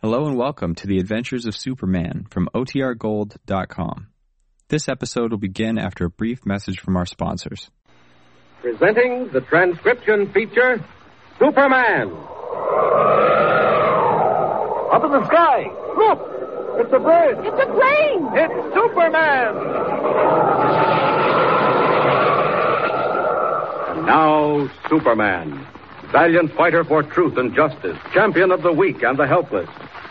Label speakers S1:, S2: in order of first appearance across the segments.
S1: Hello and welcome to the Adventures of Superman from OTRGold.com. This episode will begin after a brief message from our sponsors.
S2: Presenting the transcription feature Superman.
S3: Up in the sky. Look! It's a bird.
S4: It's a plane.
S3: It's Superman.
S2: And now, Superman. Valiant fighter for truth and justice, champion of the weak and the helpless,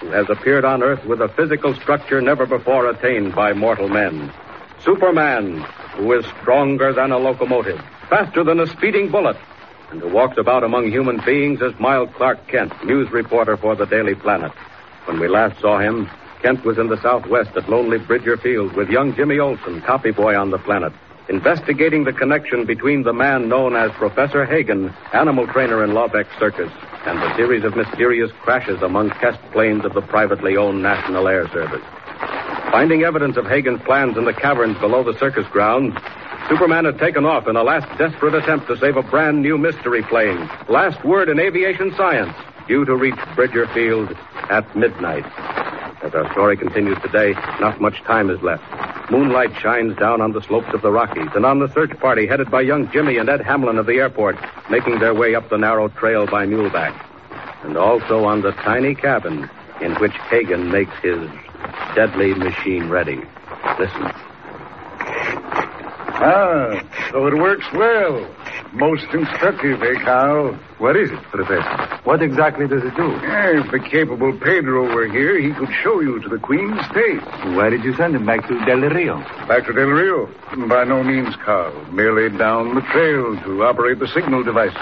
S2: who has appeared on Earth with a physical structure never before attained by mortal men. Superman, who is stronger than a locomotive, faster than a speeding bullet, and who walks about among human beings as mild Clark Kent, news reporter for the Daily Planet. When we last saw him, Kent was in the southwest at lonely Bridger Field with young Jimmy Olsen, copy boy on the planet, investigating the connection between the man known as Professor Hagen, animal trainer in Lawbeck Circus, and the series of mysterious crashes among test planes of the privately owned National Air Service. Finding evidence of Hagen's plans in the caverns below the circus grounds, Superman had taken off in a last desperate attempt to save a brand new mystery plane, last word in aviation science, due to reach Bridger Field at midnight. As our story continues today, not much time is left. Moonlight shines down on the slopes of the Rockies and on the search party headed by young Jimmy and Ed Hamlin of the airport, making their way up the narrow trail by muleback. And also on the tiny cabin in which Hagen makes his deadly machine ready. Listen.
S5: Ah, so it works well. Most instructive, eh, Carl?
S6: What is it, Professor? What exactly does it do?
S5: Eh, if the capable Pedro were here, he could show you to the Queen's State.
S6: Why did you send him back to Del Rio?
S5: Back to Del Rio? By no means, Carl. Merely down the trail to operate the signal devices.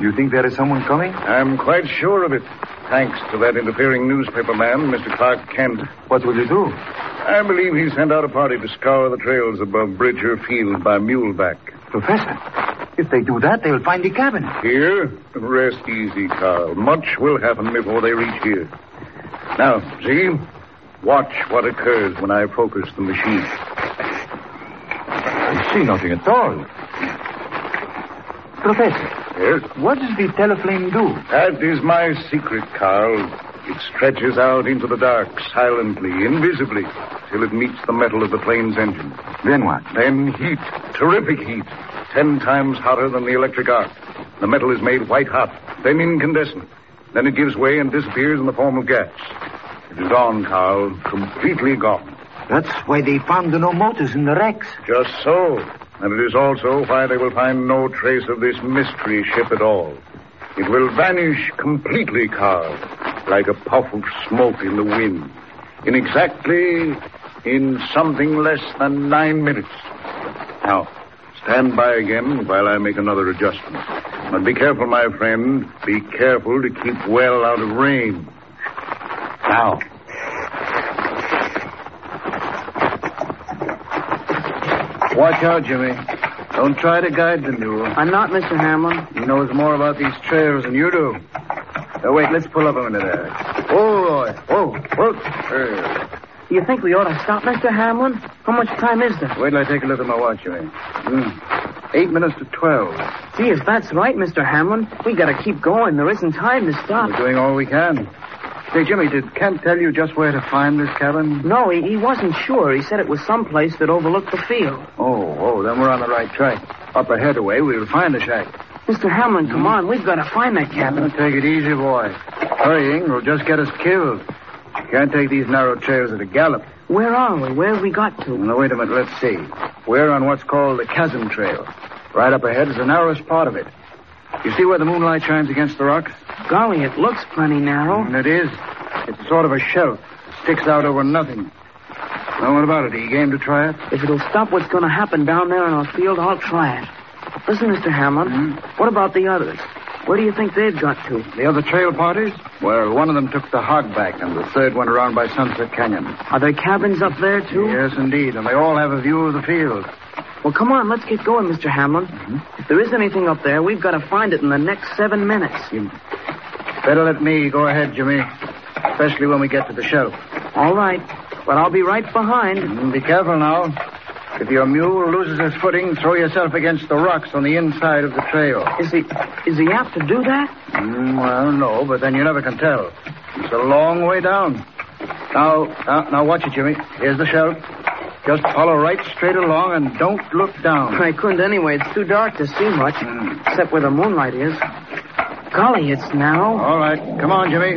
S6: You think there is someone coming?
S5: I'm quite sure of it. Thanks to that interfering newspaper man, Mr. Clark Kent.
S6: What will you do?
S5: I believe he sent out a party to scour the trails above Bridger Field by muleback.
S6: Professor, if they do that, they'll find the cabin.
S5: Here? Rest easy, Carl. Much will happen before they reach here. Now, see? Watch what occurs when I focus the machine.
S6: I see nothing at all. Professor,
S5: Yes?
S6: what does the teleflame do?
S5: That is my secret, Carl. It stretches out into the dark, silently, invisibly, till it meets the metal of the plane's engine.
S6: Then what?
S5: Then heat, terrific heat, ten times hotter than the electric arc. The metal is made white hot, then incandescent. Then it gives way and disappears in the form of gas. It is gone, Carl, completely gone.
S6: That's why they found the no motors in the wrecks.
S5: Just so. And it is also why they will find no trace of this mystery ship at all. It will vanish completely, Carl, like a puff of smoke in the wind. In exactly, in something less than nine minutes. Now, stand by again while I make another adjustment. But be careful, my friend. Be careful to keep well out of range. Now.
S7: Watch out, Jimmy. Don't try to guide the mule. I'm not, Mr. Hamlin. He knows more about these trails than you do. Oh, wait, let's pull up a minute there. Oh, whoa, whoa. Uh,
S4: You think we ought to stop, Mr. Hamlin? How much time is there?
S7: wait till I take a look at my watch, Jimmy. Hmm. Eight minutes to twelve.
S4: Gee, if that's right, Mr. Hamlin, we gotta keep going. There isn't time to
S7: We're
S4: stop.
S7: doing all we can. Say, Jimmy, did Kent tell you just where to find this cabin?
S4: No, he, he wasn't sure. He said it was someplace that overlooked the field.
S7: Oh, oh, then we're on the right track. Up ahead away, we'll find the shack.
S4: Mr. Hamlin, come
S6: Hmm?
S4: on. We've gotta find that
S7: Now,
S4: cabin.
S7: Take it easy, boy. Hurrying will just get us killed. Can't take these narrow trails at a gallop.
S4: Where are we? Where have we got to?
S7: Now, wait a minute. Let's see. We're on what's called the chasm trail. Right up ahead is the narrowest part of it. You see where the moonlight shines against the rocks?
S4: Golly, it looks plenty narrow.
S7: And it is. It's a sort of a shelf. Sticks out over nothing. Now, what about it? Are you game to try it?
S4: If it'll stop what's gonna happen down there in our field, I'll try it. Listen, Mr. Hamlin, what about the others? Where do you think they've got to?
S7: The other trail parties? Well, one of them took the hogback, and the third went around by Sunset Canyon.
S4: Are there cabins up there, too?
S7: Yes, indeed. And they all have a view of the field.
S4: Well, come on, let's get going, Mr. Hamlin. If there is anything up there, we've got to find it in the next seven minutes.
S7: Better let me go ahead, Jimmy. Especially when we get to the shelf.
S4: All right, but I'll be right behind.
S7: Mm, Be careful now. If your mule loses his footing, throw yourself against the rocks on the inside of the trail. Hmm,
S4: Is he is he apt to do that?
S7: Mm, well, no, but then you never can tell. It's a long way down. Now, now, now watch it, Jimmy. Here's the shelf. Just follow right straight along and don't look down.
S4: I couldn't anyway. It's too dark to see much, except where the moonlight is. Golly, it's narrow.
S7: All right. Come on, Jimmy.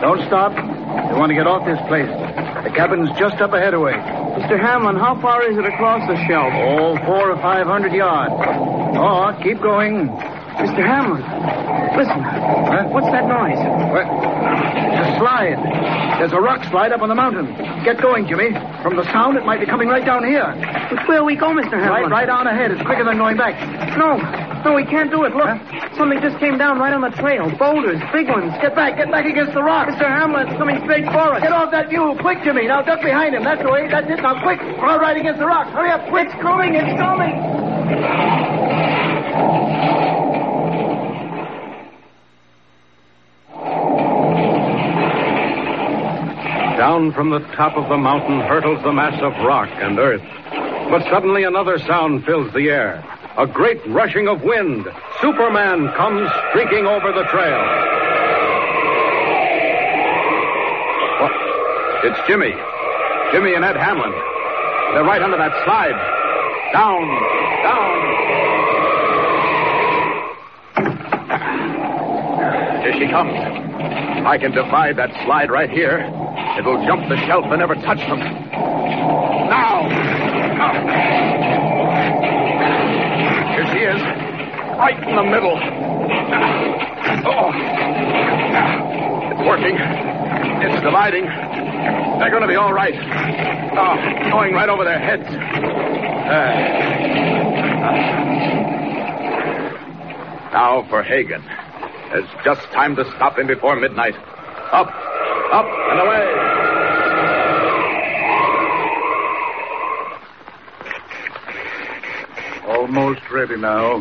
S7: Don't stop. You want to get off this place. The cabin's just up ahead away.
S4: Mr. Hamlin, how far is it across the shelf?
S7: Oh, four or five hundred yards. Oh, keep going.
S4: Mr. Hamlin, listen. What's that noise?
S7: Well, it's a slide. There's a rock slide up on the mountain. Get going, Jimmy. From the sound, it might be coming right down here.
S4: Which way we go, Mr.
S7: Right,
S4: Hamlin?
S7: right on ahead. It's quicker than going back.
S4: No, no, we can't do it. Look, something just came down right on the trail. Boulders, big ones. Get back, get back against the rock. Mr. Hamlin, it's coming straight for us. Get off that mule, quick, Jimmy. Now duck behind him. That's the way. That's it. Now quick, crawl right against the rock. Hurry up, quick. It's coming, it's coming.
S2: Down from the top of the mountain hurtles the mass of rock and earth. But suddenly another sound fills the air. A great rushing of wind. Superman comes streaking over the trail. What? It's Jimmy. Jimmy and Ed Hamlin. They're right under that slide. Down, down. Here she comes. I can divide that slide right here. It'll jump the shelf and never touch them. Now! Come! Here she is. Right in the middle. Oh! It's working. It's dividing. They're going to be all right. Oh, going right over their heads. Uh, There. Now for Hagen. There's just time to stop him before midnight. Up, up, and away.
S5: Almost ready now.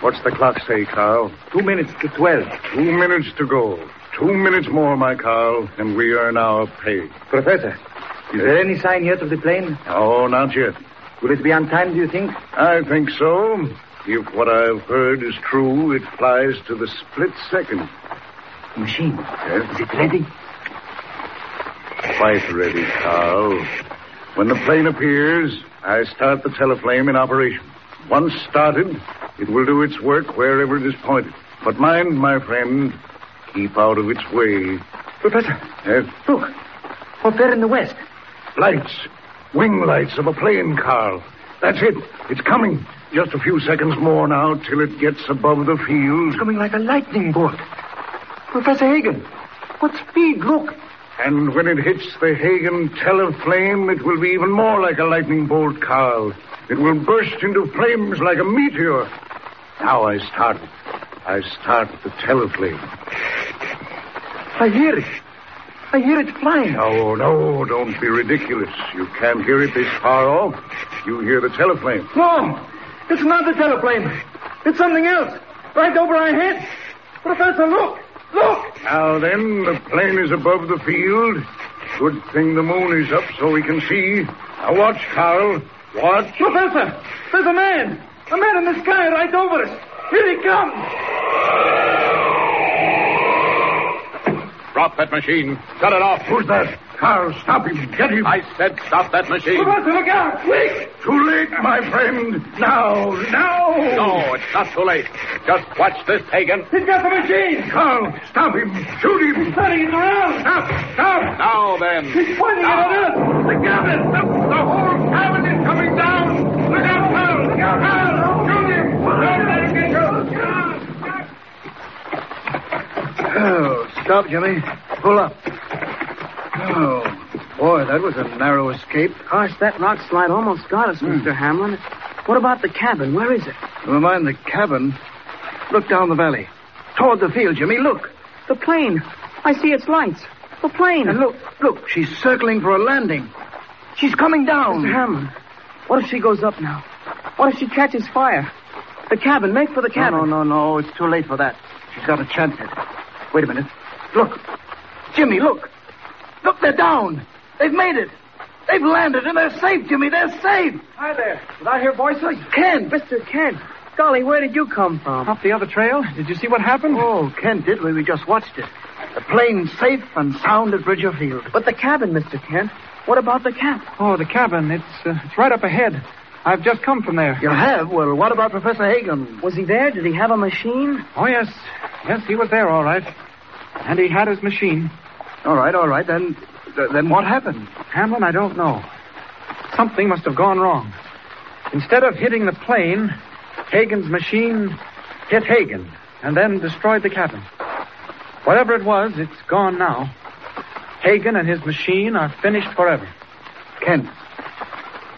S5: What's the clock say, Carl? Two minutes to twelve. Two minutes to go. Two minutes more, my Carl, and we earn our pay.
S6: Professor, is there any sign yet of the plane?
S5: Oh, not yet.
S6: Will it be on time, do you think?
S5: I think so. If what I've heard is true, it flies to the split second.
S6: Machine. Is it ready?
S5: Quite ready, Carl. When the plane appears, I start the teleflame in operation. Once started, it will do its work wherever it is pointed. But mind, my friend, keep out of its way.
S6: Professor,
S5: Yes?
S6: look. Up there in the west.
S5: Lights. Wing lights of a plane, Carl. That's it. It's coming. Just a few seconds more now till it gets above the field.
S6: Coming like a lightning bolt. Professor Hagen, what speed? Look.
S5: And when it hits the Hagen teleflame, it will be even more like a lightning bolt, Carl. It will burst into flames like a meteor. Now I start it. I start the teleflame.
S6: I hear it. I hear it flying.
S5: No, no, don't be ridiculous. You can't hear it this far off. You hear the teleflame.
S6: No, it's not the teleplane. It's something else. Right over our heads. Professor, look. Look.
S5: Now then, the plane is above the field. Good thing the moon is up so we can see. Now watch, Carl. Watch.
S6: Professor, there's a man. A man in the sky right over us. Here he comes.
S2: Drop that machine. Shut it off.
S5: Who's that? Carl, stop him. Get him.
S2: I said stop that machine.
S6: Professor, look out. Quick.
S5: Too late, my friend. Now, now.
S2: No, it's not too late. Just watch this, Hagen.
S6: He's got the machine.
S5: Carl, stop him. Shoot him.
S6: Turning it around.
S5: Stop, stop.
S2: Now then.
S6: He's pointing it at us.
S5: The cabin. The, the whole cabin is coming down. Look out, Carl. Look out, Carl. Shoot him.
S7: Oh, stop, Jimmy. Pull up. Oh, boy, that was a narrow escape.
S4: Gosh, that rock slide almost got
S6: Hmm.
S4: us, Mr. Hamlin. What about the cabin? Where is it?
S7: Never mind the cabin. Look down the valley. Toward the field, Jimmy. Look.
S4: The plane. I see its lights. The plane.
S7: And look, look. She's circling for a landing. She's coming down.
S4: Mr. Hamlin, what if she goes up now? What if she catches fire? The cabin. Make for the cabin.
S7: No, no, no, no. It's too late for that. She's got a chance at it. Wait a minute. Look. Jimmy, look. Look, they're down. They've made it. They've landed and they're safe, Jimmy. They're safe.
S4: Hi there. Did I hear voices? Ken, Mr. Ken. Golly, where did you come from?
S7: Up the other trail? Did you see what happened? Oh, Ken did. We, we just watched it.
S4: The plane's safe and sound at Bridger Field.
S8: But the cabin, Mr. Kent. What about the cabin?
S5: Oh, the cabin. It's, uh, it's right up ahead. I've just come from there.
S4: You have? Well, what about Professor Hagen?
S8: Was he there? Did he have a machine?
S5: Oh, yes. Yes, he was there, all right. And he had his machine.
S4: All right, all right. Then, th- then what happened?
S5: Hamlin, I don't know. Something must have gone wrong. Instead of hitting the plane, Hagen's machine hit Hagen and then destroyed the cabin. Whatever it was, it's gone now. Hagen and his machine are finished forever.
S4: Kent,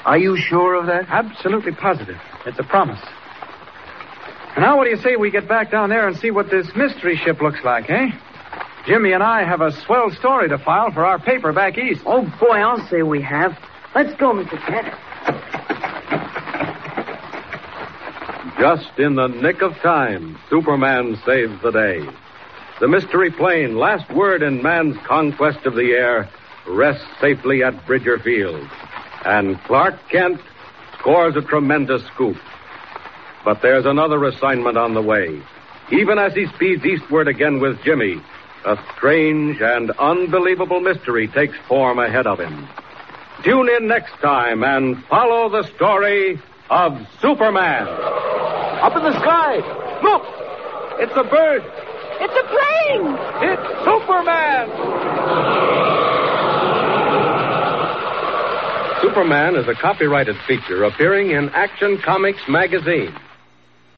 S4: are you sure of that?
S5: Absolutely positive. It's a promise. And now, what do you say we get back down there and see what this mystery ship looks like, eh? Jimmy and I have a swell story to file for our paper back east.
S8: Oh, boy, I'll say we have. Let's go, Mr. Kent.
S2: Just in the nick of time, Superman saves the day. The mystery plane, last word in man's conquest of the air, rests safely at Bridger Field. And Clark Kent scores a tremendous scoop. But there's another assignment on the way. Even as he speeds eastward again with Jimmy, a strange and unbelievable mystery takes form ahead of him. Tune in next time and follow the story of Superman.
S9: Up in the sky. Look! It's a bird.
S10: It's a plane!
S9: It's Superman.
S2: Superman is a copyrighted feature appearing in Action Comics magazine.